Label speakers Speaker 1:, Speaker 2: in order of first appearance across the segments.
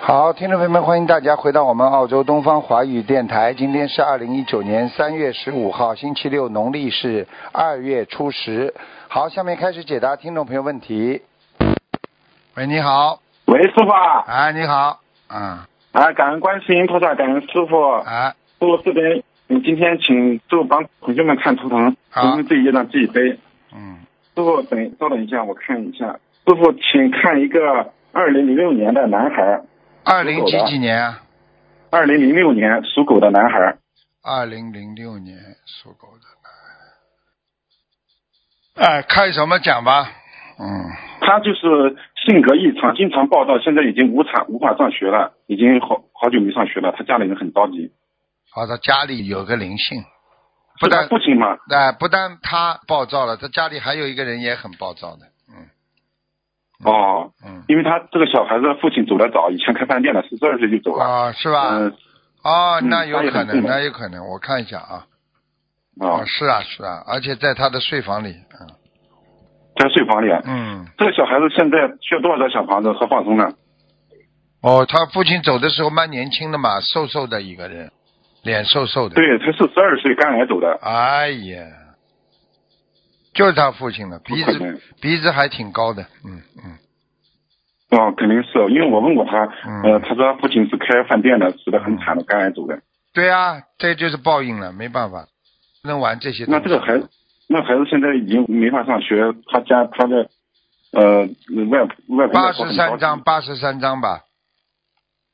Speaker 1: 好，听众朋友们，欢迎大家回到我们澳洲东方华语电台。今天是二零一九年三月十五号，星期六，农历是二月初十。好，下面开始解答听众朋友问题。喂，你好，
Speaker 2: 喂，师傅啊，
Speaker 1: 哎，你好，嗯，
Speaker 2: 啊，感恩观世音菩萨，感恩师傅，
Speaker 1: 哎，
Speaker 2: 师傅这边，你今天请师傅帮同学们看图腾，
Speaker 1: 好
Speaker 2: 同学们自己业障自己背。师
Speaker 1: 嗯，
Speaker 2: 傅等稍等一下，我看一下。师傅，请看一个二零零六年的男孩，
Speaker 1: 二零几几年啊？
Speaker 2: 二零零六年属狗的男孩，
Speaker 1: 二零零六年属狗的男孩。哎，看什么讲吧？嗯，
Speaker 2: 他就是性格异常，经常暴躁，现在已经无法无法上学了，已经好好久没上学了，他家里人很着急。
Speaker 1: 好的，家里有个灵性，不
Speaker 2: 是他
Speaker 1: 但
Speaker 2: 父亲嘛，
Speaker 1: 哎、不但他暴躁了，他家里还有一个人也很暴躁的。嗯
Speaker 2: 哦，
Speaker 1: 嗯。
Speaker 2: 因为他这个小孩子的父亲走得早，以前开饭店的，十四二岁就走了。
Speaker 1: 啊、是吧？
Speaker 2: 嗯，
Speaker 1: 哦，
Speaker 2: 嗯
Speaker 1: 那有
Speaker 2: 他也
Speaker 1: 可
Speaker 2: 很
Speaker 1: 能，
Speaker 2: 困
Speaker 1: 那
Speaker 2: 难
Speaker 1: 有可能，我看一下啊。
Speaker 2: 啊、
Speaker 1: 哦，是啊，是啊，而且在他的睡房里。嗯
Speaker 2: 在睡房里。啊
Speaker 1: 嗯。
Speaker 2: 这个小孩子现在需要多少张小房子和放松呢？
Speaker 1: 哦，他父亲走的时候蛮年轻的嘛，瘦瘦的一个人，脸瘦瘦的。
Speaker 2: 对，他是十二岁肝癌走的，
Speaker 1: 哎呀，就是他父亲了，
Speaker 2: 不
Speaker 1: 鼻
Speaker 2: 可
Speaker 1: 子
Speaker 2: 能。
Speaker 1: 鼻子还挺高的，嗯嗯，
Speaker 2: 哦，肯定是因为我问过他，
Speaker 1: 嗯
Speaker 2: 呃，他说他父亲是开饭店的，死的很惨的，肝癌走的。
Speaker 1: 对啊，这就是报应了，没办法，不能玩这些东
Speaker 2: 那
Speaker 1: 西。
Speaker 2: 这个孩子，那孩子现在已经没法上学，他家他的呃外外婆
Speaker 1: 八
Speaker 2: 外婆
Speaker 1: 十
Speaker 2: 很
Speaker 1: 三
Speaker 2: 着
Speaker 1: 张，
Speaker 2: 急。
Speaker 1: 八十三张吧，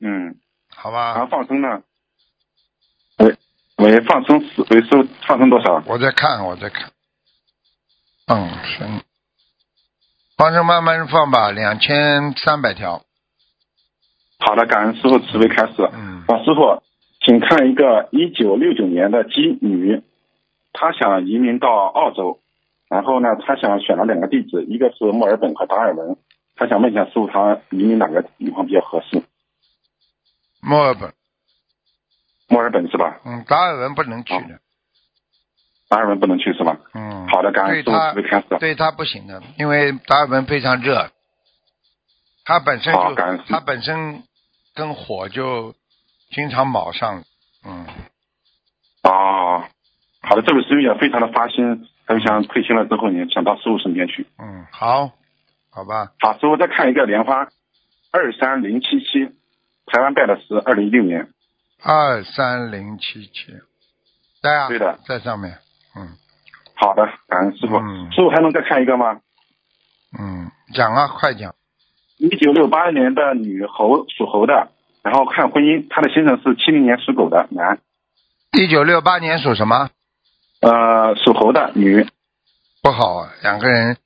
Speaker 2: 嗯，
Speaker 1: 好
Speaker 2: 然后
Speaker 1: 吧，
Speaker 2: 放生呢？喂喂，放生是喂收放生多少？
Speaker 1: 我在看，我在看，嗯放生，放生慢慢放吧，两千三百条，
Speaker 2: 好的，感恩师傅慈悲开始。
Speaker 1: 嗯，
Speaker 2: 啊，师傅，请看一个一九六九年的鸡女，她想移民到澳洲，然后呢，她想选了两个地址，一个是墨尔本和达尔文，她想问一下师傅，她移民哪个地方比较合适？
Speaker 1: 墨尔本，
Speaker 2: 墨尔本是吧？
Speaker 1: 嗯，达尔文不能去的，
Speaker 2: 达尔文不能去是吧？
Speaker 1: 嗯，
Speaker 2: 好的，感
Speaker 1: 对
Speaker 2: 恩师傅
Speaker 1: 他
Speaker 2: 慈悲开始。
Speaker 1: 对他不行的，因为达尔文非常热，他本身
Speaker 2: 好
Speaker 1: 就
Speaker 2: 感恩
Speaker 1: 他本身跟火就经常卯上，嗯，
Speaker 2: 哦，好的，这位师兄也非常的发心，他就想退休了之后呢，想到师傅身边去。
Speaker 1: 嗯，好，好吧，
Speaker 2: 好，师傅再看一个莲花，二三零七七，台湾拜的是二零一六年。
Speaker 1: 二三零七七，在啊，
Speaker 2: 对的，
Speaker 1: 在上面，嗯
Speaker 2: 好的，感恩师傅。
Speaker 1: 嗯
Speaker 2: 师傅还能再看一个吗？
Speaker 1: 嗯，讲啊，快讲，
Speaker 2: 一九六八年的女猴，属猴的，然后看婚姻，她的先生是七零年属狗的男，
Speaker 1: 一九六八年属什么？
Speaker 2: 呃，属猴的女，
Speaker 1: 不好啊，两个人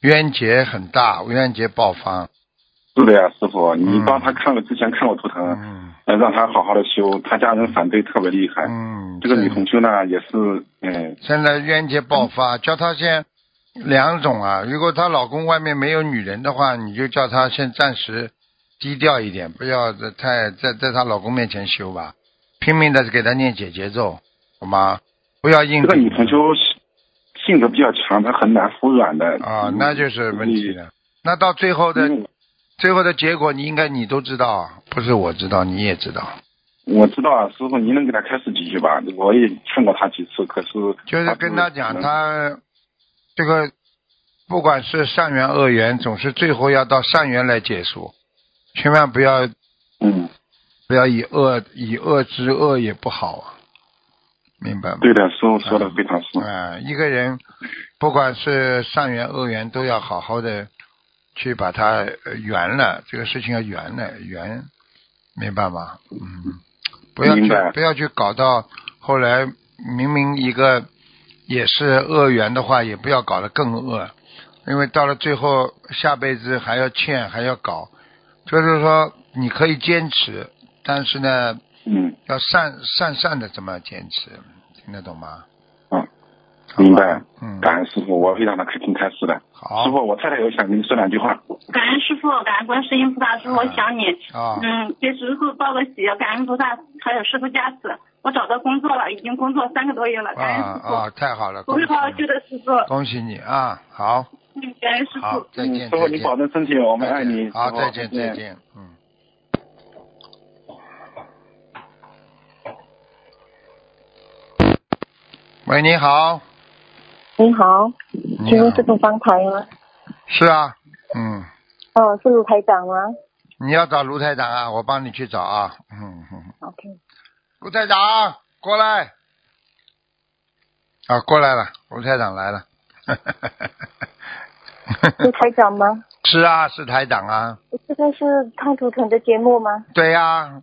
Speaker 1: 冤结很大，冤结爆发，
Speaker 2: 是的呀，师傅，你
Speaker 1: 嗯
Speaker 2: 帮她看了之前看过图腾，
Speaker 1: 嗯
Speaker 2: 呃让她好好的修，她家人反对特别厉害。
Speaker 1: 嗯，
Speaker 2: 这个
Speaker 1: 真
Speaker 2: 女
Speaker 1: 的
Speaker 2: 同修呢，也是，嗯，
Speaker 1: 现在冤结爆发，叫她先两种啊。如果她老公外面没有女人的话，你就叫她先暂时低调一点，不要太在在她老公面前修吧，拼命的给她念解节奏，好吗？不要硬
Speaker 2: 这个
Speaker 1: 顶
Speaker 2: 女同修性格比较强，她很难服软的。
Speaker 1: 啊，那就是问题了。那到最后的
Speaker 2: 嗯
Speaker 1: 最后的结果，你应该你都知道啊，不是我知道，你也知道。
Speaker 2: 我知道啊，师傅，您能给她开示几句吧？我也劝过她几次，可是
Speaker 1: 就是跟他
Speaker 2: 她嗯
Speaker 1: 讲，
Speaker 2: 不
Speaker 1: 他这个不管是善缘恶缘，总是最后要到善缘来结束，千万不要
Speaker 2: 嗯。
Speaker 1: 不要以恶以恶制恶也不好啊，明白吗？
Speaker 2: 对的，师傅说的非常是。
Speaker 1: 啊、一个人不管是善缘恶缘，都要好好的去把它呃圆了，这个事情要圆了，圆，明白吗？嗯，不要去
Speaker 2: 明白
Speaker 1: 不要去搞到后来，明明一个也是恶缘的话，也不要搞得更恶，因为到了最后下辈子还要欠还要搞，就是说你可以坚持，但是呢，
Speaker 2: 嗯，
Speaker 1: 要善善善的这么坚持，听得懂吗？
Speaker 2: 嗯
Speaker 1: 好吧，
Speaker 2: 明白。
Speaker 1: 嗯，
Speaker 2: 感恩师傅，我非常的开听开示的。
Speaker 1: 好
Speaker 2: 师傅，我太太有想跟你说两句话。
Speaker 3: 感恩师傅，感恩观世音菩萨，师傅，我想你。
Speaker 1: 啊，
Speaker 3: 嗯，给师傅报个喜，感恩菩萨，还有师傅加持。我找到工作了，已经工作三个多月了，
Speaker 1: 啊
Speaker 3: 感恩师傅。
Speaker 1: 啊，太好了，
Speaker 3: 哎我
Speaker 1: 恭喜
Speaker 3: 会好好
Speaker 1: 你
Speaker 3: 修，的，师傅。
Speaker 1: 恭喜你啊，好，
Speaker 3: 嗯，感恩师
Speaker 1: 好
Speaker 3: 傅。，
Speaker 1: 再
Speaker 2: 嗯
Speaker 1: 见，
Speaker 2: 师傅
Speaker 1: 再
Speaker 2: 你
Speaker 1: 见，
Speaker 2: 保重身体，我们爱
Speaker 1: 再见
Speaker 2: 你。
Speaker 1: 好，
Speaker 2: 师傅
Speaker 1: 再见，再。见，嗯。喂，你好。
Speaker 4: 你好，
Speaker 1: 你
Speaker 4: 请问是
Speaker 1: 好。
Speaker 4: 东方台吗？
Speaker 1: 是啊，嗯，
Speaker 4: 哦，是卢台长吗
Speaker 1: 你要找卢台长啊，我帮你去找啊。嗯嗯。
Speaker 4: ？OK，
Speaker 1: 卢台长，过来。啊，过来了，卢台长来了。
Speaker 4: 是台长吗？
Speaker 1: 是啊，是台长啊，
Speaker 4: 这个是看图腾的节目吗？
Speaker 1: 对呀、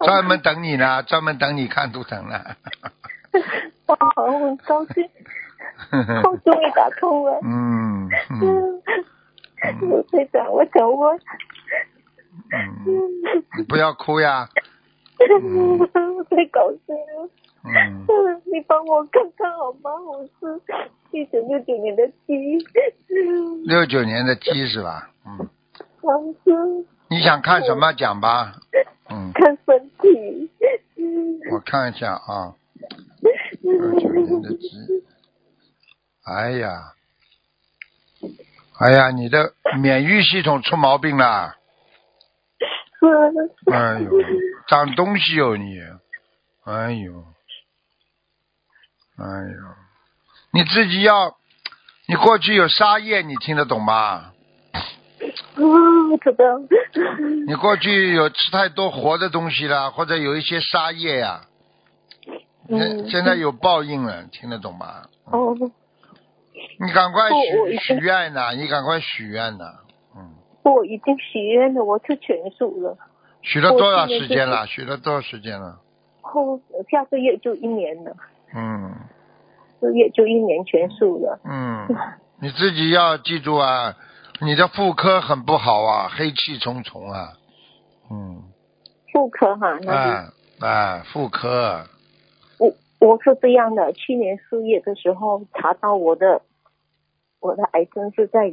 Speaker 1: 专门等你呢，专门等你看图腾呢。
Speaker 4: 哇，我很高兴，好终于打通了。
Speaker 1: 嗯嗯
Speaker 4: 嗯，卢台长，我想问，
Speaker 1: 嗯，你不要哭呀。
Speaker 4: 我太高兴了，
Speaker 1: 嗯，
Speaker 4: 你帮我看看好吗？我是一九六九年的鸡，
Speaker 1: 六九年的鸡是吧？嗯，
Speaker 4: 老师
Speaker 1: 你想看什么讲吧？嗯，
Speaker 4: 看身体。嗯
Speaker 1: 我看一下啊，六九年的鸡。哎呀，哎呀，你的免疫系统出毛病了。
Speaker 4: 是啊
Speaker 1: 哎呦，长东西哟、你，哎呦，哎呦，你自己要，你过去有沙业，你听得懂吗？
Speaker 4: 啊，怎么样？
Speaker 1: 你过去有吃太多活的东西啦，或者有一些沙业呀、现、
Speaker 4: 嗯
Speaker 1: 现在有报应了，听得懂吗？
Speaker 4: 哦，
Speaker 1: 你赶快
Speaker 4: 哦我已
Speaker 1: 许
Speaker 4: 经
Speaker 1: 许愿呐、你赶快许愿呐、嗯，
Speaker 4: 我已经许愿了，我吃全素了，
Speaker 1: 许了多少
Speaker 4: 我现在
Speaker 1: 时间了？许了多少时间了？
Speaker 4: 后下个月就一年了，
Speaker 1: 嗯
Speaker 4: 这个月就一年全素了。
Speaker 1: 嗯。 你自己要记住啊，你的妇科很不好啊，黑气重重啊，嗯，
Speaker 4: 妇科哈，那里
Speaker 1: 啊啊，妇科，
Speaker 4: 我我是这样的，去年四月的时候查到我的我的癌症是在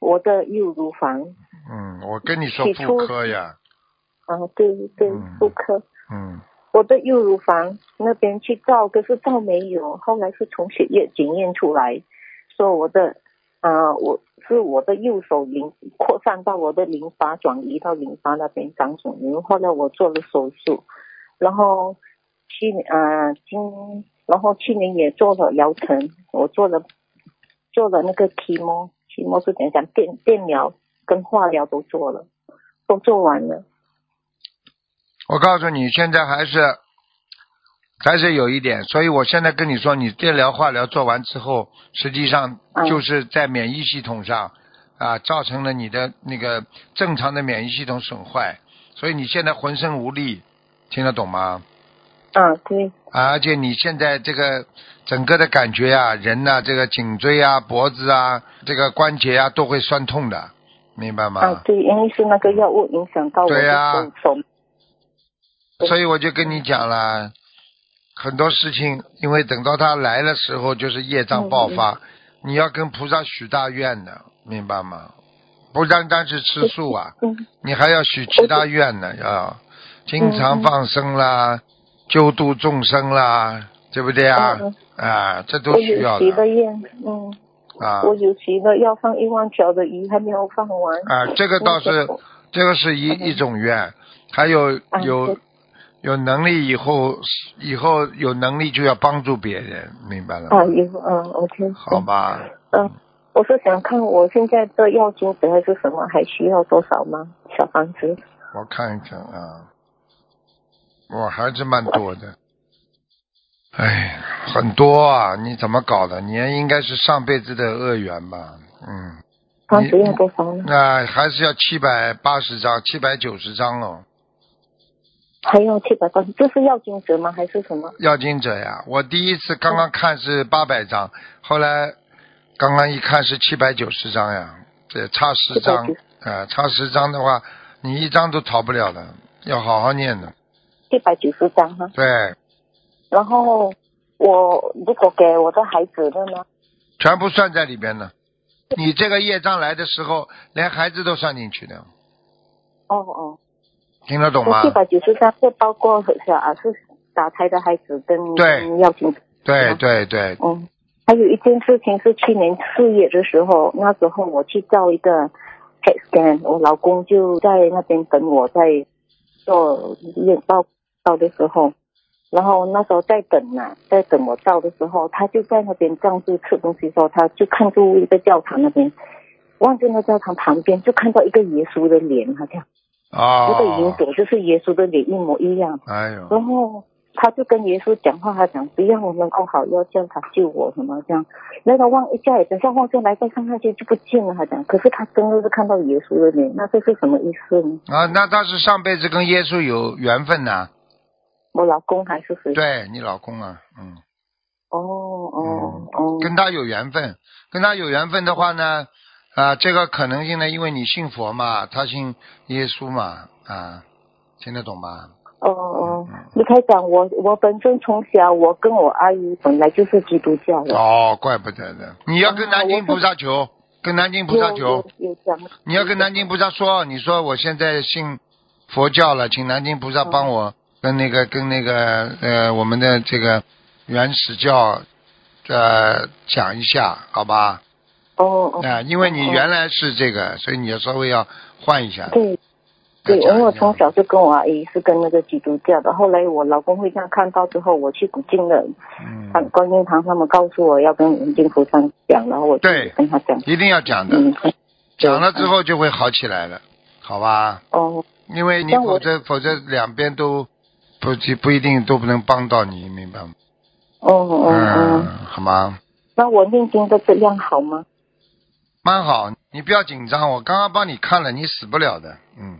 Speaker 4: 我的右乳房，
Speaker 1: 嗯，我跟你说
Speaker 4: 起
Speaker 1: 妇
Speaker 4: 初
Speaker 1: 科呀，
Speaker 4: 啊，对对
Speaker 1: 嗯，
Speaker 4: 妇科，
Speaker 1: 嗯
Speaker 4: 我的右乳房那边去照，可是照没有，后来是从血液检验出来，说我的，呃，我是我的右手淋扩散到我的淋巴，转移到淋巴那边长肿瘤。后来我做了手术，然后去呃今，然后去年也做了疗程，我做了做了那个 chemo chemo 是怎样讲电电疗跟化疗都做了，都做完了。
Speaker 1: 我告诉你，现在还是还是有一点，所以我现在跟你说，你电疗、化疗做完之后，实际上
Speaker 4: 嗯
Speaker 1: 就是在免疫系统上啊，造成了你的那个正常的免疫系统损坏，所以你现在浑身无力，听得懂吗？
Speaker 4: 啊，对，
Speaker 1: 啊而且你现在这个整个的感觉啊，人呐、这个颈椎啊、脖子啊、这个关节啊，都会酸痛的，明白吗？
Speaker 4: 啊，对，因为是那个药物影响到我的
Speaker 1: 对呀
Speaker 4: 手手。对
Speaker 1: 所以我就跟你讲了，很多事情，因为等到他来的时候，就是业障爆发，
Speaker 4: 嗯
Speaker 1: 你要跟菩萨许大愿的，明白吗？不单单是吃素啊，
Speaker 4: 嗯
Speaker 1: 你还要许其他愿呢，要经常放生
Speaker 4: 嗯
Speaker 1: 啦，救度众生啦，对不对啊？
Speaker 4: 嗯
Speaker 1: 啊，这都
Speaker 4: 我
Speaker 1: 需要
Speaker 4: 有许的愿，嗯，
Speaker 1: 啊
Speaker 4: 我有许的要放一万条的鱼，还没有放完。
Speaker 1: 啊，这个倒是
Speaker 4: 嗯我
Speaker 1: 这个是一一种愿，还有
Speaker 4: 嗯
Speaker 1: 有
Speaker 4: 对
Speaker 1: 有能力以后以后有能力就要帮助别人，明白了
Speaker 4: 啊，
Speaker 1: 吗？
Speaker 4: 有，嗯，OK，
Speaker 1: 好吧，
Speaker 4: 嗯，我是想看我现在的药金额还是什么，还需要多少吗？小房子，
Speaker 1: 我看一看啊，我还是蛮多的。哎，很多啊！你怎么搞的？你应该是上辈子的恶缘吧？嗯，
Speaker 4: 当时要多少呢？
Speaker 1: 那还是要七百八十张，七百九十张喽。
Speaker 4: 还要七百八十，这是药金额吗？还是什么？
Speaker 1: 要经者呀，我第一次刚刚看是八百张，后来刚刚一看是七百九十张呀，这差十张
Speaker 4: 790，
Speaker 1: 啊，差十张的话，你一张都逃不了的，要好好念的。
Speaker 4: 七百九十张哈。
Speaker 1: 对，
Speaker 4: 然后我如果给我的孩子的呢？
Speaker 1: 全部算在里边的。你这个业障来的时候，连孩子都算进去的，
Speaker 4: 哦哦，
Speaker 1: 听得懂
Speaker 4: 我
Speaker 1: 吗
Speaker 4: 七？百九十三是包括小啊是打胎的孩子跟
Speaker 1: 对
Speaker 4: 药精，
Speaker 1: 对对对，
Speaker 4: 嗯，还有一件事情是去年四月的时候，那时候我去照一个 head scan，我老公就在那边等我在做验报告的时候，然后那时候在等呐、在等我到的时候，他就在那边站住吃东西的时候，他就看住一个教堂那边，望着那教堂旁边，就看到一个耶稣的脸，好像那个云
Speaker 1: 哦，
Speaker 4: 朵就是耶稣的脸一模一样。
Speaker 1: 哎呦，
Speaker 4: 然后他就跟耶稣讲话，他讲不要我们不好，要叫他救我什么这样。那他望一下，等下望下来再看看去就不见了，他讲。可是他真的是看到耶稣的脸，那这是什么意思呢？
Speaker 1: 啊，那他是上辈子跟耶稣有缘分呐、
Speaker 4: 我老公还是谁？
Speaker 1: 对你老公啊，嗯，
Speaker 4: 哦哦哦，
Speaker 1: 跟他有缘分，跟他有缘分的话呢，啊，这个可能性呢，因为你信佛嘛，他信耶稣嘛，啊，听得懂吧？
Speaker 4: 哦哦，李开长，我我本身从小我跟我阿姨本来就是基督教的，
Speaker 1: 哦，怪不得的，你要跟
Speaker 4: 啊
Speaker 1: 南
Speaker 4: 我
Speaker 1: 京
Speaker 4: 是
Speaker 1: 菩萨求，跟南京
Speaker 4: 有
Speaker 1: 菩萨求
Speaker 4: 有，有讲，
Speaker 1: 你要跟南京菩萨说，你说我现在信佛教了，请南京菩萨帮我跟那个跟那个呃我们的这个原始教呃讲一下，好吧？
Speaker 4: 哦
Speaker 1: 啊、
Speaker 4: 哦，
Speaker 1: 因为你
Speaker 4: 哦
Speaker 1: 原来是这个，所以你要稍微要换一下。
Speaker 4: 对对，
Speaker 1: 啊要讲
Speaker 4: 因为我
Speaker 1: 一下
Speaker 4: 从小就跟我阿姨是跟那个基督教的，后来我老公会这样看到之后，我去古晋的
Speaker 1: 嗯，
Speaker 4: 观观音堂，他们告诉我要跟文静菩萨讲，然后我就
Speaker 1: 对
Speaker 4: 跟他讲，
Speaker 1: 一定要讲的，
Speaker 4: 嗯，
Speaker 1: 讲了之后就会好起来了，好吧？
Speaker 4: 哦
Speaker 1: 因为你
Speaker 4: 但我
Speaker 1: 否则否则两边都不不一定都不能帮到你，明白吗？
Speaker 4: 哦哦
Speaker 1: 嗯
Speaker 4: 哦，，
Speaker 1: 好吗？
Speaker 4: 那我念经的质量好吗？
Speaker 1: 蛮好，你不要紧张，我刚刚帮你看了，你死不了的，嗯，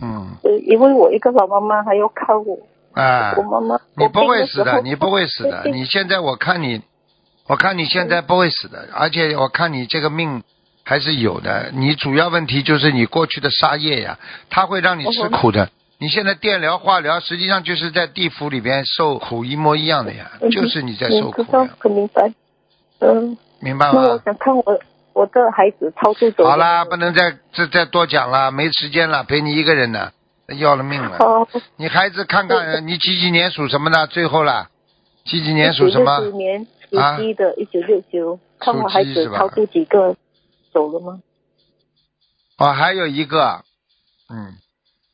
Speaker 1: 嗯，
Speaker 4: 呃，因为我一个老妈妈还要靠我，
Speaker 1: 哎
Speaker 4: 我，妈妈，
Speaker 1: 你
Speaker 4: 我
Speaker 1: 不
Speaker 4: 病
Speaker 1: 会
Speaker 4: 的
Speaker 1: 死
Speaker 4: 时
Speaker 1: 的，
Speaker 4: 候
Speaker 1: 你不会死的，
Speaker 4: 对
Speaker 1: 你现在我看你，我看你现
Speaker 4: 嗯
Speaker 1: 在不会死的，而且我看你这个命还是有的，你主要问题就是你过去的杀业呀，它会让你吃苦
Speaker 4: 嗯
Speaker 1: 的。你现在电疗、化疗，实际上就是在地府里边受苦一模一样的呀，
Speaker 4: 嗯
Speaker 1: 就是你在
Speaker 4: 嗯
Speaker 1: 受苦
Speaker 4: 知道
Speaker 1: 呀，啊
Speaker 4: 很明白。嗯，
Speaker 1: 明白
Speaker 4: 那我
Speaker 1: 吗？
Speaker 4: 想看我我的孩子超度走。
Speaker 1: 好啦，不能再再再多讲了，没时间了，陪你一个人呢，要了命了。
Speaker 4: 好，嗯
Speaker 1: 你孩子看看，你几几年属什么的？最后啦，几几年属
Speaker 4: 1969
Speaker 1: 什么？
Speaker 4: 年属
Speaker 1: 啊
Speaker 4: 鸡的，一九六九。看我孩
Speaker 1: 属鸡是
Speaker 4: 子
Speaker 1: 吧
Speaker 4: 超度几个走了吗？
Speaker 1: 哦，还有一个，嗯，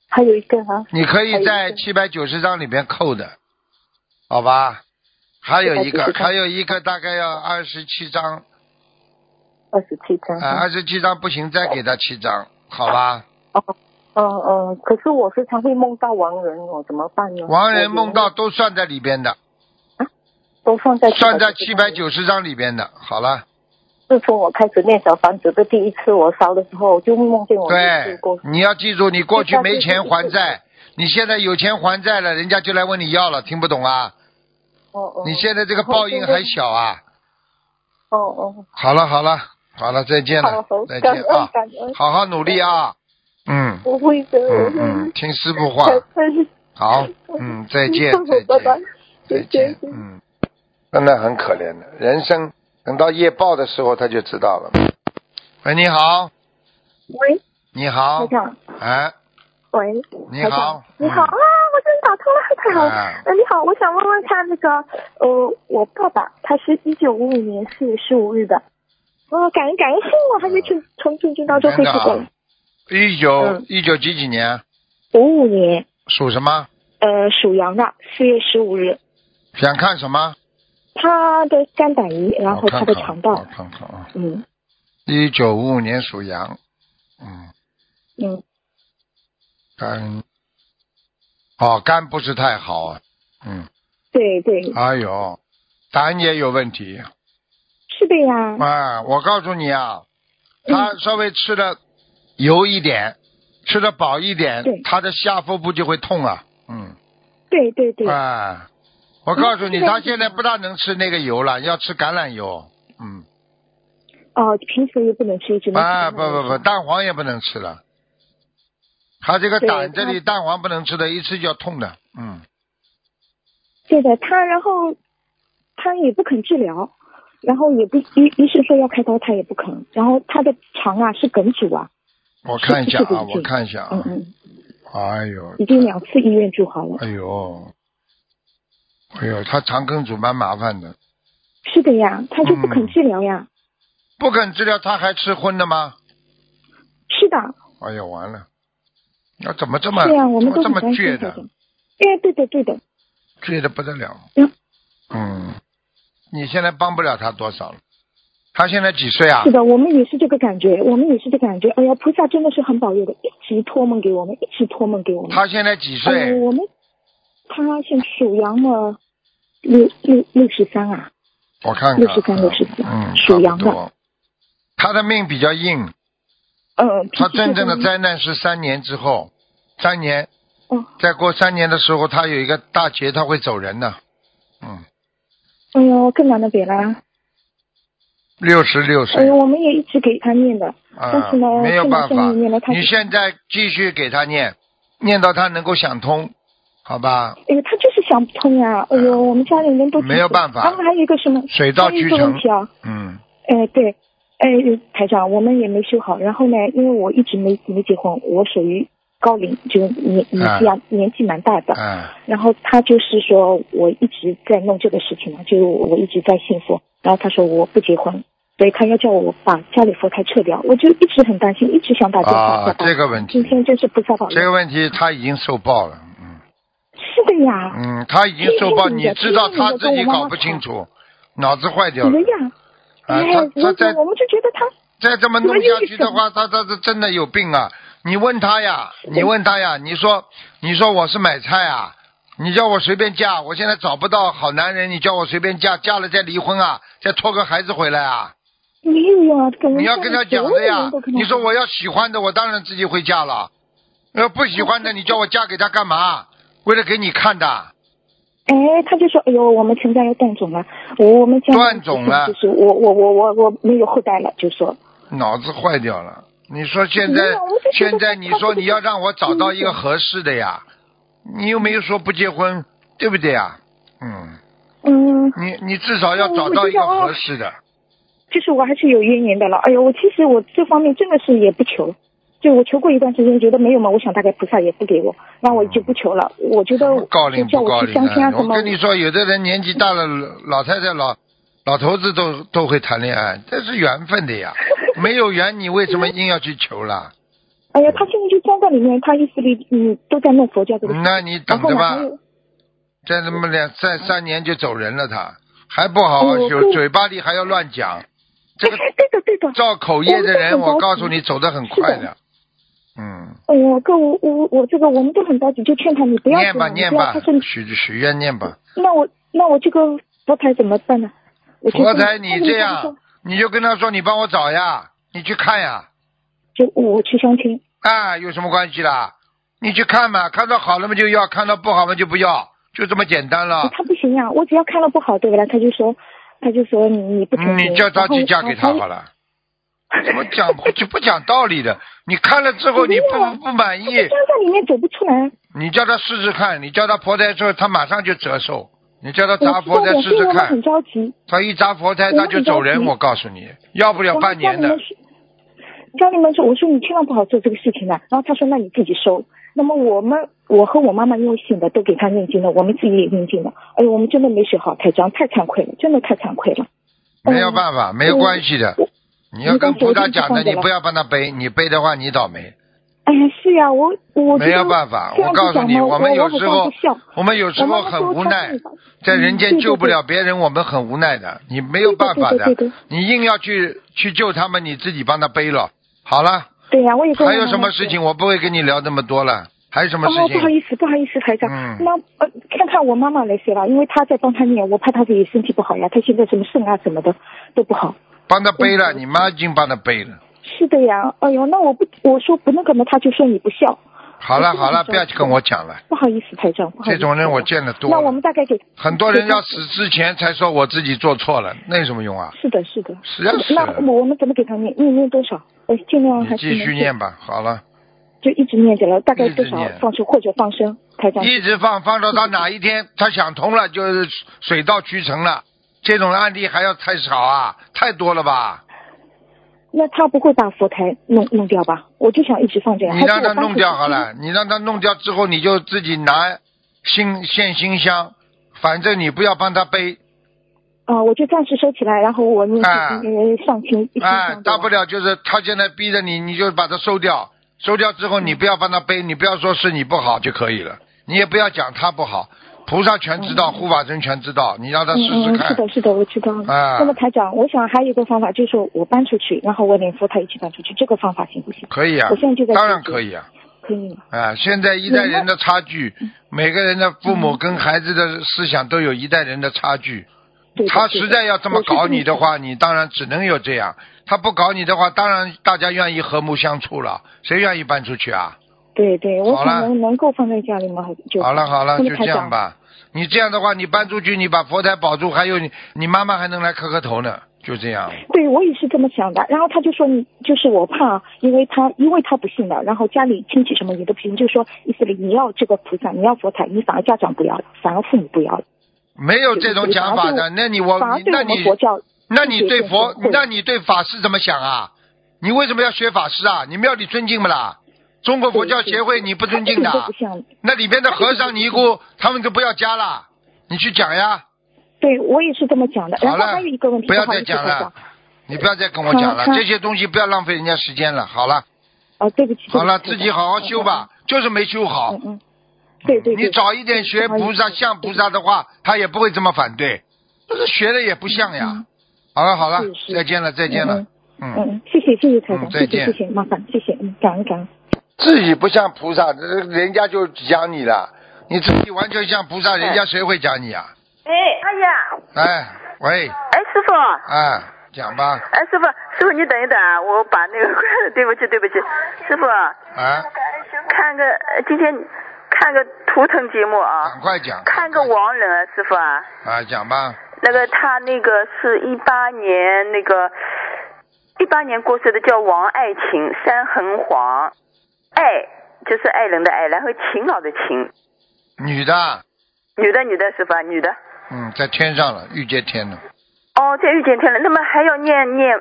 Speaker 4: 还有一个啊，
Speaker 1: 你可以
Speaker 4: 还有
Speaker 1: 在
Speaker 4: 一个
Speaker 1: 七百九十张里边扣的，好吧？还有一个，
Speaker 4: 790张
Speaker 1: 还有一个大概要二十七张，
Speaker 4: 二十七张。
Speaker 1: 啊，二十七张不行，再给他七张，好吧？
Speaker 4: 嗯嗯，可是我时常会梦到亡人，我怎么办呢？
Speaker 1: 王人梦
Speaker 4: 我
Speaker 1: 到都算在里边的，
Speaker 4: 都算在
Speaker 1: 算在七
Speaker 4: 790
Speaker 1: 百。九十张里边的，好了。
Speaker 4: 自从我开始念小房子的第一次，我烧的时候哦就梦见我一
Speaker 1: 对
Speaker 4: 次过，
Speaker 1: 你要记住，你过去
Speaker 4: 现在
Speaker 1: 没
Speaker 4: 就是
Speaker 1: 钱
Speaker 4: 一
Speaker 1: 还
Speaker 4: 次
Speaker 1: 债，你现在有钱还债了，人家就来问你要了，听不懂啊？
Speaker 4: 哦哦。
Speaker 1: 你现在这个报应还小啊！
Speaker 4: 哦哦，
Speaker 1: 好了好了好了，再见
Speaker 4: 好
Speaker 1: 了
Speaker 4: 好，
Speaker 1: 再见
Speaker 4: 感恩
Speaker 1: 啊！
Speaker 4: 感恩，
Speaker 1: 好好努力啊！嗯
Speaker 4: 我会的，我
Speaker 1: 嗯
Speaker 4: 会的
Speaker 1: 嗯，。听师傅 话。好，嗯，再见再
Speaker 4: 拜
Speaker 1: 见
Speaker 4: 拜。
Speaker 1: 再见，嗯。那很可怜的，人生等到夜报的时候他就知道了。喂，你好，
Speaker 5: 喂，
Speaker 1: 你好
Speaker 5: 台，长，
Speaker 1: 哎，
Speaker 5: 喂，
Speaker 1: 你
Speaker 5: 台
Speaker 1: 好
Speaker 5: 长，你好
Speaker 1: 嗯
Speaker 5: 啊，我终于打通了，太好了。
Speaker 1: 哎
Speaker 5: 呃，你好，我想问问看那个，呃，我爸爸他是一九五五年四月十五日的，哦，感恩感恩幸运，我
Speaker 1: 嗯
Speaker 5: 还没去从进军当中恢复过来。
Speaker 1: 一九
Speaker 5: 嗯
Speaker 1: 一九几几年
Speaker 5: 五五年，
Speaker 1: 属什么？
Speaker 5: 呃，属羊的，四月十五日，
Speaker 1: 想看什么？
Speaker 5: 他的肝胆胰，然后
Speaker 1: 我看
Speaker 5: 他的
Speaker 1: 看
Speaker 5: 肠
Speaker 1: 我
Speaker 5: 道，
Speaker 1: 看看啊，
Speaker 5: 嗯
Speaker 1: 一九五五年属羊，嗯，
Speaker 5: 嗯，
Speaker 1: 肝，哦，肝不是太好啊，嗯，
Speaker 5: 对对，
Speaker 1: 哎呦，胆也有问题
Speaker 5: 是的呀，
Speaker 1: 啊！我告诉你啊，
Speaker 5: 嗯
Speaker 1: 他稍微吃的油一点，吃的饱一点
Speaker 5: 对，
Speaker 1: 他的下腹部就会痛啊，嗯，
Speaker 5: 对对对，
Speaker 1: 啊，我告诉你，
Speaker 5: 嗯这个
Speaker 1: 他现在不大能吃那个油了，要吃橄榄油，嗯，
Speaker 5: 哦，平时又不能吃，只能吃
Speaker 1: 啊，
Speaker 5: 橄
Speaker 1: 不
Speaker 5: 榄油
Speaker 1: 不不，蛋黄也不能吃了。他这个
Speaker 5: 对
Speaker 1: 胆这
Speaker 5: 他
Speaker 1: 里蛋黄不能吃的，一吃就要痛的，嗯，
Speaker 5: 对的，他然后他也不肯治疗，然后也不医医生说要开刀，他也不肯。然后他的肠啊是梗阻啊，
Speaker 1: 我看一下
Speaker 5: 是是
Speaker 1: 啊，
Speaker 5: 是
Speaker 1: 我看一下
Speaker 5: 嗯
Speaker 1: 啊，
Speaker 5: 嗯，
Speaker 1: 哎呦，
Speaker 5: 已经两次医院住好了。
Speaker 1: 哎呦，哎呦，他肠梗阻蛮麻烦的，
Speaker 5: 是的呀，他就不
Speaker 1: 嗯
Speaker 5: 肯治疗呀。
Speaker 1: 不肯治疗他还吃荤的吗？
Speaker 5: 是的，啊
Speaker 1: 哎呀，完了，那怎么这么
Speaker 5: 对呀、我们
Speaker 1: 怎么
Speaker 5: 都
Speaker 1: 这
Speaker 5: 很
Speaker 1: 么
Speaker 5: 担心
Speaker 1: 倔
Speaker 5: 这
Speaker 1: 的
Speaker 5: 种。哎，对的对的，
Speaker 1: 醉的不得了。
Speaker 5: 嗯
Speaker 1: 嗯，你现在帮不了他多少了。他现在几岁啊
Speaker 5: 是？的，我们也是这个感觉，我们也是这个感觉。哎呀，菩萨真的是很保佑的，一直托梦给我们，一直托梦给我们。
Speaker 1: 他现在几
Speaker 5: 哎呦
Speaker 1: 岁？
Speaker 5: 我们他现在属羊的，六六六十三啊，
Speaker 1: 我看看。
Speaker 5: 六十三六十四
Speaker 1: 嗯，，差
Speaker 5: 属
Speaker 1: 不
Speaker 5: 羊的。
Speaker 1: 多。他的命比较硬，
Speaker 5: 嗯，
Speaker 1: 他真正的
Speaker 5: 脾气
Speaker 1: 灾难是三年之后，三年
Speaker 5: 哦，
Speaker 1: 再过三年的时候，他有一个大劫，他会走人的。嗯，
Speaker 5: 哎呦，更难的别啦。
Speaker 1: 六十六
Speaker 5: 哎
Speaker 1: 岁
Speaker 5: 呦，我们也一直给他念的，
Speaker 1: 啊
Speaker 5: 但是呢，，
Speaker 1: 没有
Speaker 5: 这
Speaker 1: 办法
Speaker 5: 两天念了。他，
Speaker 1: 你现在继续给他念，念到他能够想通，好吧？
Speaker 5: 哎呦，他就是想不通呀、哎呦，我们家里人都
Speaker 1: 啊没有办法
Speaker 5: 然后还有一个什么，
Speaker 1: 水到渠
Speaker 5: 还有一个
Speaker 1: 成
Speaker 5: 问。题啊，
Speaker 1: 嗯，
Speaker 5: 哎，对，哎，台长，我们也没修好。然后呢，因为我一直没没结婚，我属于高龄，就是年年纪啊，年纪蛮大的。
Speaker 1: 哎，
Speaker 5: 然后他就是说，我一直在弄这个事情嘛，就是我我一直在信佛。然后他说我不结婚，所以他要叫我把家里佛台撤掉。我就一直很担心，一直想打电话
Speaker 1: 啊
Speaker 5: 叫，他。
Speaker 1: 这个问
Speaker 5: 今
Speaker 1: 题，
Speaker 5: 天真是菩萨保佑
Speaker 1: 这。个问题他已经受报了。嗯
Speaker 5: 是的呀，
Speaker 1: 嗯，他已经受报，
Speaker 5: 听你
Speaker 1: 你
Speaker 5: 的
Speaker 1: 知道
Speaker 5: 听你的
Speaker 1: 他自己
Speaker 5: 跟我妈妈
Speaker 1: 搞不清
Speaker 5: 吵
Speaker 1: 楚，脑子坏掉
Speaker 5: 怎
Speaker 1: 了
Speaker 5: 么。呀？
Speaker 1: 啊，
Speaker 5: 哎，
Speaker 1: 他他
Speaker 5: 我
Speaker 1: 在
Speaker 5: 我们就觉得他
Speaker 1: 再这么弄下去的话，他他他真的有病啊！你问他呀，你问他呀，你说你说我是买菜啊，你叫我随便嫁，我现在找不到好男人，你叫我随便嫁，嫁了再离婚啊，再拖个孩子回来啊？
Speaker 5: 没有呀，可能
Speaker 1: 你要跟他讲的呀，你说
Speaker 5: 我
Speaker 1: 我要喜欢的，我当然自己会嫁了，要不喜欢的，你叫我嫁给他干嘛？为了给你看的，
Speaker 5: 哎，他就说，哎呦，我们全家要断种了，我我们家
Speaker 1: 断种了
Speaker 5: 就是我我我我我没有后代了，就说，
Speaker 1: 脑子坏掉了。你说现
Speaker 5: 没
Speaker 1: 在
Speaker 5: 有我就觉得
Speaker 1: 现在你
Speaker 5: 他
Speaker 1: 说
Speaker 5: 这个
Speaker 1: 你要让我找到一个合适的呀，你又没有说不结婚，对不对呀？嗯，
Speaker 5: 嗯，
Speaker 1: 你你至少要找到一个
Speaker 5: 啊
Speaker 1: 合适的。
Speaker 5: 就是我还是有渊源的了。哎呦，我其实我这方面真的是也不求，就我求过一段时间，觉得没有嘛，我想大概菩萨也不给我，那我就不求了。我觉得
Speaker 1: 不高龄
Speaker 5: 就叫
Speaker 1: 不高
Speaker 5: 我去
Speaker 1: 龄
Speaker 5: 相亲啊
Speaker 1: 的，
Speaker 5: 什
Speaker 1: 我
Speaker 5: 么，
Speaker 1: 跟你说，有的人年纪大了，老太太老老头子都都会谈恋爱，这是缘分的呀。没有缘，你为什么硬要去求 啦？
Speaker 5: 哎呀，他现在就钻在里面，他意识里嗯都在弄佛教这个事情，
Speaker 1: 那你
Speaker 5: 然
Speaker 1: 等
Speaker 5: 后
Speaker 1: 着
Speaker 5: 呢
Speaker 1: 吧
Speaker 5: 还，有
Speaker 1: 再这么两三三年就走人了他，还不好好
Speaker 5: 哎呦
Speaker 1: 修，
Speaker 5: 对
Speaker 1: 嘴巴里还要乱讲，这个
Speaker 5: 哎对的对的，
Speaker 1: 造口业的人，我告诉你，走得很快
Speaker 5: 是
Speaker 1: 的。嗯，
Speaker 5: 哎呀，哥，我我我这个我们都很着急，就劝他你不要
Speaker 1: 念吧
Speaker 5: 这样
Speaker 1: 念
Speaker 5: 你不要
Speaker 1: 吧
Speaker 5: 他说，
Speaker 1: 许许愿念吧。
Speaker 5: 那我那我这个佛台怎么办呢？我就
Speaker 1: 佛
Speaker 5: 跟
Speaker 1: 台你这样，，你就跟他说，你帮我找呀，你去看呀，
Speaker 5: 就我去相亲。
Speaker 1: 啊，有什么关系啦？你去看嘛，看到好了嘛就要，看到不好嘛就不要，就这么简单了。
Speaker 5: 他不行呀、我只要看了不好，对不啦？他就说，他就说你你不成
Speaker 1: 嗯
Speaker 5: 功
Speaker 1: 你叫他去嫁给他好
Speaker 5: 了。
Speaker 1: 了。怎么讲 就不讲道理的？你看了之后你
Speaker 5: 没有
Speaker 1: 不不满
Speaker 5: 他就
Speaker 1: 意，
Speaker 5: 钻在里面走不出来。
Speaker 1: 你叫他试试看，你叫他佛台之后，他马上就折寿。你叫他砸
Speaker 5: 我
Speaker 1: 佛
Speaker 5: 知道
Speaker 1: 台
Speaker 5: 的，
Speaker 1: 试试
Speaker 5: 所以我们
Speaker 1: 看，
Speaker 5: 很着急。
Speaker 1: 他一砸佛台，
Speaker 5: 我
Speaker 1: 他
Speaker 5: 很
Speaker 1: 就走
Speaker 5: 着
Speaker 1: 人。
Speaker 5: 急
Speaker 1: 我告诉你，要不了半年
Speaker 5: 然
Speaker 1: 的
Speaker 5: 后。家里面说，我说你千万不好做这个事情的、然后他说，那你自己收。那么我们，我和我妈妈因为信的都给他念经了，我们自己也念经了。哎呦，我们真的没学好，台长太惭愧了，真的太惭愧了。
Speaker 1: 没有办法，没有关系的
Speaker 5: 我。
Speaker 1: 你要跟菩萨讲的，
Speaker 5: 我就
Speaker 1: 你不要帮他背，你背的话你倒霉。
Speaker 5: 哎呀，是呀、我我
Speaker 1: 没有办法，
Speaker 5: 这样
Speaker 1: 我
Speaker 5: 子
Speaker 1: 告诉
Speaker 5: 讲
Speaker 1: 你，
Speaker 5: 嘛我
Speaker 1: 们有
Speaker 5: 我好
Speaker 1: 时
Speaker 5: 像
Speaker 1: 候
Speaker 5: 不孝
Speaker 1: 我们有时
Speaker 5: 我
Speaker 1: 候
Speaker 5: 妈妈
Speaker 1: 很
Speaker 5: 说
Speaker 1: 无
Speaker 5: 她
Speaker 1: 奈
Speaker 5: 信的，
Speaker 1: 在人
Speaker 5: 嗯对
Speaker 1: 间
Speaker 5: 对
Speaker 1: 救不
Speaker 5: 对
Speaker 1: 了别人，我们很无奈的，你没有
Speaker 5: 对
Speaker 1: 办
Speaker 5: 的
Speaker 1: 法
Speaker 5: 对的
Speaker 1: 的
Speaker 5: 对的。
Speaker 1: 你硬要去去救他们，你自己帮他背了。好了，
Speaker 5: 对呀、我也跟我
Speaker 1: 还有
Speaker 5: 妈
Speaker 1: 什
Speaker 5: 妈
Speaker 1: 么事
Speaker 5: 说
Speaker 1: 情？我不会跟你聊那么多了。还有什么
Speaker 5: 哦，
Speaker 1: 事
Speaker 5: 不好
Speaker 1: 情？
Speaker 5: 意思，不好意思，台长。
Speaker 1: 嗯
Speaker 5: 那呃，看看我妈妈那些吧，因为她在帮她念，我怕她自己身体不好呀。她现在什么肾啊什么的都不好。
Speaker 1: 帮他背了，你妈已经帮他背了。
Speaker 5: 是的呀，哎呦，那我不我说不那个嘛，她就说你不孝。
Speaker 1: 好了好了，
Speaker 5: 我知道
Speaker 1: 不要去跟我讲了，
Speaker 5: 不好意思，台长，不好意
Speaker 1: 这
Speaker 5: 思。
Speaker 1: 种人我见得多了。
Speaker 5: 那我们大概给
Speaker 1: 很多人要死之前才说我自己做错 了，那有什么用啊？
Speaker 5: 是的，是的。
Speaker 1: 是啊是啊
Speaker 5: 那我们怎么给她念？念念多少？我尽量
Speaker 1: 你
Speaker 5: 哦还是
Speaker 1: 继续
Speaker 5: 能
Speaker 1: 念吧，好了，
Speaker 5: 就一直念着了，大概
Speaker 1: 一直
Speaker 5: 多少
Speaker 1: 念
Speaker 5: 放生或者放生？台长，
Speaker 1: 一直放放到他哪一天他想通了，就是水到渠成了。这种案例还要太少啊，太多了吧？
Speaker 5: 那她不会把佛台弄弄掉吧？我就想一直放这样。
Speaker 1: 你
Speaker 5: 还是
Speaker 1: 让
Speaker 5: 我
Speaker 1: 他
Speaker 5: 当
Speaker 1: 弄
Speaker 5: 时
Speaker 1: 掉
Speaker 5: 是
Speaker 1: 好
Speaker 5: 因为
Speaker 1: 了，你让他弄掉之后，你就自己拿新现新香，反正你不要帮他背，
Speaker 5: 啊、我就暂时收起来，然后我念
Speaker 1: 啊
Speaker 5: 呃上清一清
Speaker 1: 哎
Speaker 5: 上，
Speaker 1: 大不
Speaker 5: 了
Speaker 1: 了就是他现在逼着你，你就把它收掉，
Speaker 5: 嗯
Speaker 1: 收掉之后你不要帮他背，你不要说是你不好就可以了，你也不要讲他不好，菩萨全知道，护法神全知道，你让他试
Speaker 5: 嗯
Speaker 1: 试
Speaker 5: 嗯，是
Speaker 1: 看。
Speaker 5: 的，是的，我知道。
Speaker 1: 啊
Speaker 5: 那么台长，我想还有一个方法，就是我搬出去，然后我连佛台一起搬出去，这个方法行不行？
Speaker 1: 可以啊
Speaker 5: 我现在就，在
Speaker 1: 当然
Speaker 5: 解决
Speaker 1: 可以啊，
Speaker 5: 可以吗？
Speaker 1: 啊，现在一代人的差距，每个人的父
Speaker 5: 嗯
Speaker 1: 母跟孩子的思想都有一代人的差距。
Speaker 5: 对的
Speaker 1: 他
Speaker 5: 对
Speaker 1: 实
Speaker 5: 的
Speaker 1: 在要这么搞你的话，你当然只能有这样。他不搞你的话，当然大家愿意和睦相处了，谁愿意搬出去啊？
Speaker 5: 对对，我
Speaker 1: 好了
Speaker 5: 想能能够放在家里吗？就
Speaker 1: 好了好了，
Speaker 5: 那么
Speaker 1: 就这
Speaker 5: 台
Speaker 1: 样
Speaker 5: 长，
Speaker 1: 吧。你这样的话，你搬出去，你把佛台保住，还有你，你妈妈还能来磕磕头呢，就这样。
Speaker 5: 对我也是这么想的。然后他就说，你就是我怕，因为他因为他不信的，然后家里亲戚什么也都不信，就说意思里你要这个菩萨，你要佛台，你反而家长不要了，反而父母不要了，
Speaker 1: 没有这种讲法的，那你我
Speaker 5: 反而
Speaker 1: 你
Speaker 5: 对
Speaker 1: 那
Speaker 5: 我们
Speaker 1: 你
Speaker 5: 佛教
Speaker 1: 那你对佛
Speaker 5: 这些，
Speaker 1: 那你对法师怎么想啊？你为什么要学法师啊？你庙里尊敬不啦？中国佛教协会你不尊敬
Speaker 5: 他一点都
Speaker 1: 的啊
Speaker 5: 不，像。
Speaker 1: 那里边的和尚尼姑他们就不要加了，你去讲呀，
Speaker 5: 对我也是这么讲的。然
Speaker 1: 好
Speaker 5: 后
Speaker 1: 了
Speaker 5: 还有一个问题，
Speaker 1: 不要
Speaker 5: 好
Speaker 1: 再
Speaker 5: 意思
Speaker 1: 讲
Speaker 5: 台长
Speaker 1: 了，你不要再跟我讲了，
Speaker 5: 好好
Speaker 1: 这些东西不要浪费人家时间了，好了
Speaker 5: 哦，对不起。
Speaker 1: 好了，
Speaker 5: 对不
Speaker 1: 自
Speaker 5: 起
Speaker 1: 己好好修。吧，就是没修好
Speaker 5: 台长嗯，嗯嗯，对对对。
Speaker 1: 你早一点学菩萨像菩萨的话，他也不会这么反对，不是学的也不像呀。好了好了
Speaker 5: 嗯是，是
Speaker 1: 再见了再见了
Speaker 5: 嗯，
Speaker 1: 嗯。
Speaker 5: 嗯，谢谢谢谢台
Speaker 1: 嗯
Speaker 5: 长，
Speaker 1: 再
Speaker 5: 谢
Speaker 1: 见
Speaker 5: 谢谢谢，麻烦谢谢，嗯，感恩感恩。
Speaker 1: 自己不像菩萨，这人家就讲你了。你自己完全像菩萨，人家谁会讲你啊？
Speaker 6: 哎，哎呀，
Speaker 1: 哎，喂，
Speaker 6: 哎，师傅，
Speaker 1: 哎，讲吧，
Speaker 6: 哎，师傅，师傅，你等一等啊，我把那个， 对不起，对不起，师傅，
Speaker 1: 啊，
Speaker 6: 看个呃今天看个图腾节目啊
Speaker 1: 赶，快讲。
Speaker 6: 看个亡人啊，师傅啊，
Speaker 1: 啊，讲吧，
Speaker 6: 那个他那个是一八年那个一八年过世的，叫王爱琴，山横黄，爱就是爱人的爱，然后勤劳的勤，
Speaker 1: 女的，
Speaker 6: 女的女的师傅啊，女的。
Speaker 1: 嗯，在天上了，遇见天了，
Speaker 6: 哦，这遇见天了，那么还要念念，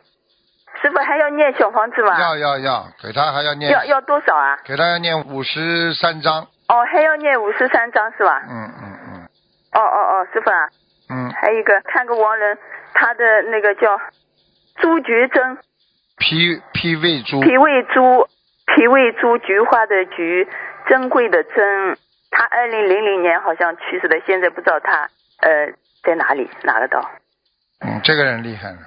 Speaker 6: 师傅还要念小房子吗？
Speaker 1: 要要要，给他还要念，
Speaker 6: 要要多少啊？
Speaker 1: 给他要念五十三章，
Speaker 6: 哦，还要念五十三章是吧？
Speaker 1: 嗯嗯嗯
Speaker 6: 哦哦哦，师傅啊，
Speaker 1: 嗯，
Speaker 6: 还有一个看个亡人，他的那个叫朱菊珍，
Speaker 1: 脾脾胃猪，
Speaker 6: 脾胃朱，脾胃朱，菊花的菊，珍贵的珍。他二零零零年好像去世的，现在不知道他呃在哪里拿得到。
Speaker 1: 嗯，这个人厉害了，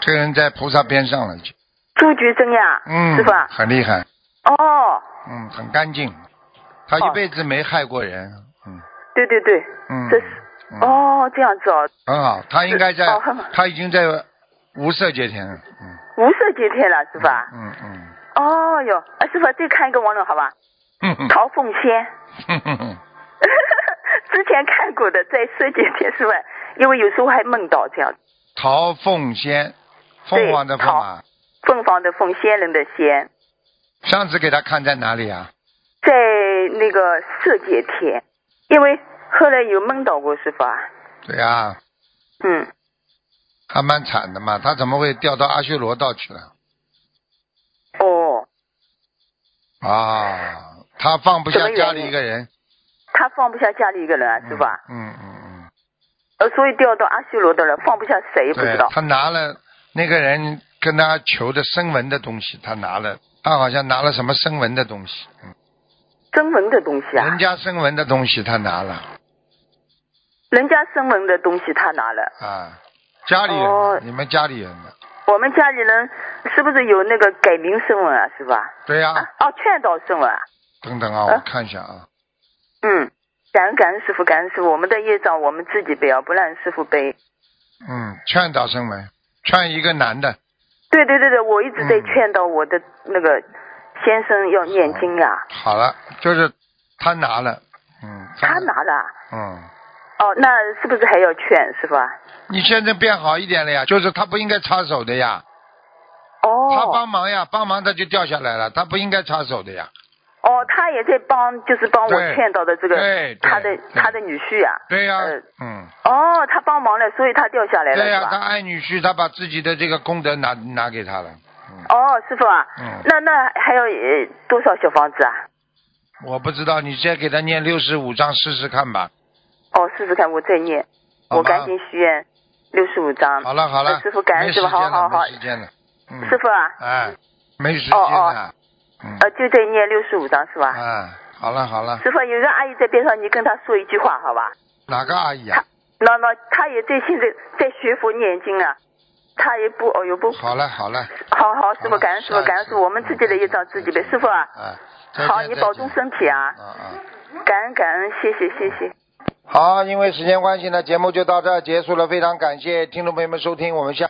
Speaker 1: 这个人在菩萨边上了，就
Speaker 6: 朱菊珍呀，
Speaker 1: 嗯
Speaker 6: 师傅啊，，
Speaker 1: 很厉害，
Speaker 6: 哦，
Speaker 1: 嗯，很干净，他一辈子没害过人，嗯
Speaker 6: 对对对，
Speaker 1: 嗯
Speaker 6: 这是，
Speaker 1: 嗯
Speaker 6: 哦，这样子哦，
Speaker 1: 很好，他应该在
Speaker 6: 哦很好，
Speaker 1: 他已经在无色界天了，嗯
Speaker 6: 无色接天了是吧？
Speaker 1: 嗯嗯
Speaker 6: 哦哟，啊师傅再看一个亡人好吧？
Speaker 1: 哼 哼
Speaker 6: 陶凤仙。
Speaker 1: 哼哼哼，
Speaker 6: 之前看过的，在设计电视外，因为有时候还梦到这样
Speaker 1: 陶凤仙，凤凰的凤啊，
Speaker 6: 凤凰的凤，仙人的仙，
Speaker 1: 上次给他看在哪里啊？
Speaker 6: 在那个色界天，因为后来有梦到过师傅啊，
Speaker 1: 对啊，
Speaker 6: 嗯，
Speaker 1: 还蛮惨的嘛，他怎么会掉到阿修罗道去了？
Speaker 6: 哦，
Speaker 1: 啊，他放不
Speaker 6: 什
Speaker 1: 下
Speaker 6: 么原因
Speaker 1: 家里一个人，
Speaker 6: 他放不下家里一个人啊，
Speaker 1: 嗯
Speaker 6: 是吧？
Speaker 1: 嗯嗯
Speaker 6: 呃，所以掉到阿修罗道了，放不下谁
Speaker 1: 嗯，
Speaker 6: 不知
Speaker 1: 对
Speaker 6: 道，。
Speaker 1: 他拿了那个人跟他求的声纹的东西，他拿了，他好像拿了什么声纹的东西，嗯，
Speaker 6: 声纹的东西啊，
Speaker 1: 人家声纹的东西他拿了。
Speaker 6: 人家声纹的东西他拿了，
Speaker 1: 啊，家里人的，
Speaker 6: 哦
Speaker 1: 你们家里人的，
Speaker 6: 我们家里人是不是有那个改名声纹啊，是吧？
Speaker 1: 对呀、
Speaker 6: 啊，哦，劝导声纹啊，
Speaker 1: 等等啊，
Speaker 6: 啊
Speaker 1: 我看一下啊，
Speaker 6: 嗯，感恩感恩师傅，感恩师傅，我们的业障我们自己背啊，不让师傅背。
Speaker 1: 嗯，劝导声纹，劝一个男的，
Speaker 6: 对对对对，我一直在
Speaker 1: 嗯
Speaker 6: 劝导我的那个先生要念经啊，
Speaker 1: 好了，就是他拿了，嗯，
Speaker 6: 他，拿了啊，
Speaker 1: 嗯，
Speaker 6: 哦，那是不是还要劝啊是吧？
Speaker 1: 你现在变好一点了呀，就是他不应该插手的呀，他
Speaker 6: 哦，
Speaker 1: 帮忙呀，帮忙他就掉下来了，他不应该插手的呀，
Speaker 6: 哦，他也在帮，就是帮
Speaker 1: 对
Speaker 6: 我劝导的
Speaker 1: 对
Speaker 6: 这个
Speaker 1: 对
Speaker 6: 他的
Speaker 1: 对
Speaker 6: 他的女婿啊。
Speaker 1: 对呀、
Speaker 6: 呃
Speaker 1: 嗯，
Speaker 6: 哦，他帮忙了，所以他掉下来了
Speaker 1: 对呀、
Speaker 6: 是
Speaker 1: 他
Speaker 6: 吧？
Speaker 1: 爱女婿，他把自己的这个功德拿拿给他了，
Speaker 6: 哦，师傅啊，
Speaker 1: 嗯
Speaker 6: 那那还要呃多少小房子啊？
Speaker 1: 我不知道，你先给他念六十五章试试看吧，
Speaker 6: 哦，试试看，我再念，
Speaker 1: 好
Speaker 6: 我
Speaker 1: 吧
Speaker 6: 赶紧许愿六十五章。
Speaker 1: 好了好了，
Speaker 6: 呃师傅感恩
Speaker 1: 没
Speaker 6: 师傅，
Speaker 1: 时间
Speaker 6: 好
Speaker 1: 了
Speaker 6: 好好
Speaker 1: 没，时间了，嗯，
Speaker 6: 师傅啊，哦
Speaker 1: 哎，没时间了，嗯，
Speaker 6: 呃，就在念六十五章是吧？
Speaker 1: 哎，好了好了，
Speaker 6: 师傅，有个阿姨在边上，你跟她说一句话，好吧？
Speaker 1: 哪个阿姨啊？
Speaker 6: 那么她也在现在在学佛念经啊，她也不，哦哟不，
Speaker 1: 好了好了，
Speaker 6: 好好，师
Speaker 1: 好
Speaker 6: 傅，
Speaker 1: 了
Speaker 6: 感恩师傅，
Speaker 1: 下
Speaker 6: 感恩
Speaker 1: 次
Speaker 6: 师傅，我们自己的业障自己背。师傅啊，
Speaker 1: 啊，再见
Speaker 6: 好你
Speaker 1: 再
Speaker 6: 保
Speaker 1: 见
Speaker 6: 重身体啊
Speaker 1: 啊啊。
Speaker 6: 感恩感恩，谢谢谢谢。
Speaker 1: 好，因为时间关系呢，节目就到这儿结束了。非常感谢听众朋友们收听，我们下。